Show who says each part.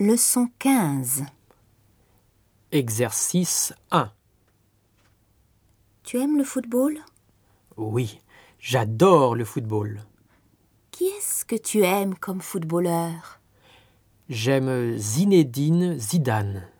Speaker 1: Leçon 15.
Speaker 2: Exercice 1.
Speaker 1: Tu aimes le football
Speaker 2: Oui, j'adore le football.
Speaker 1: Qui est-ce que tu aimes comme footballeur
Speaker 2: J'aime Zinedine Zidane.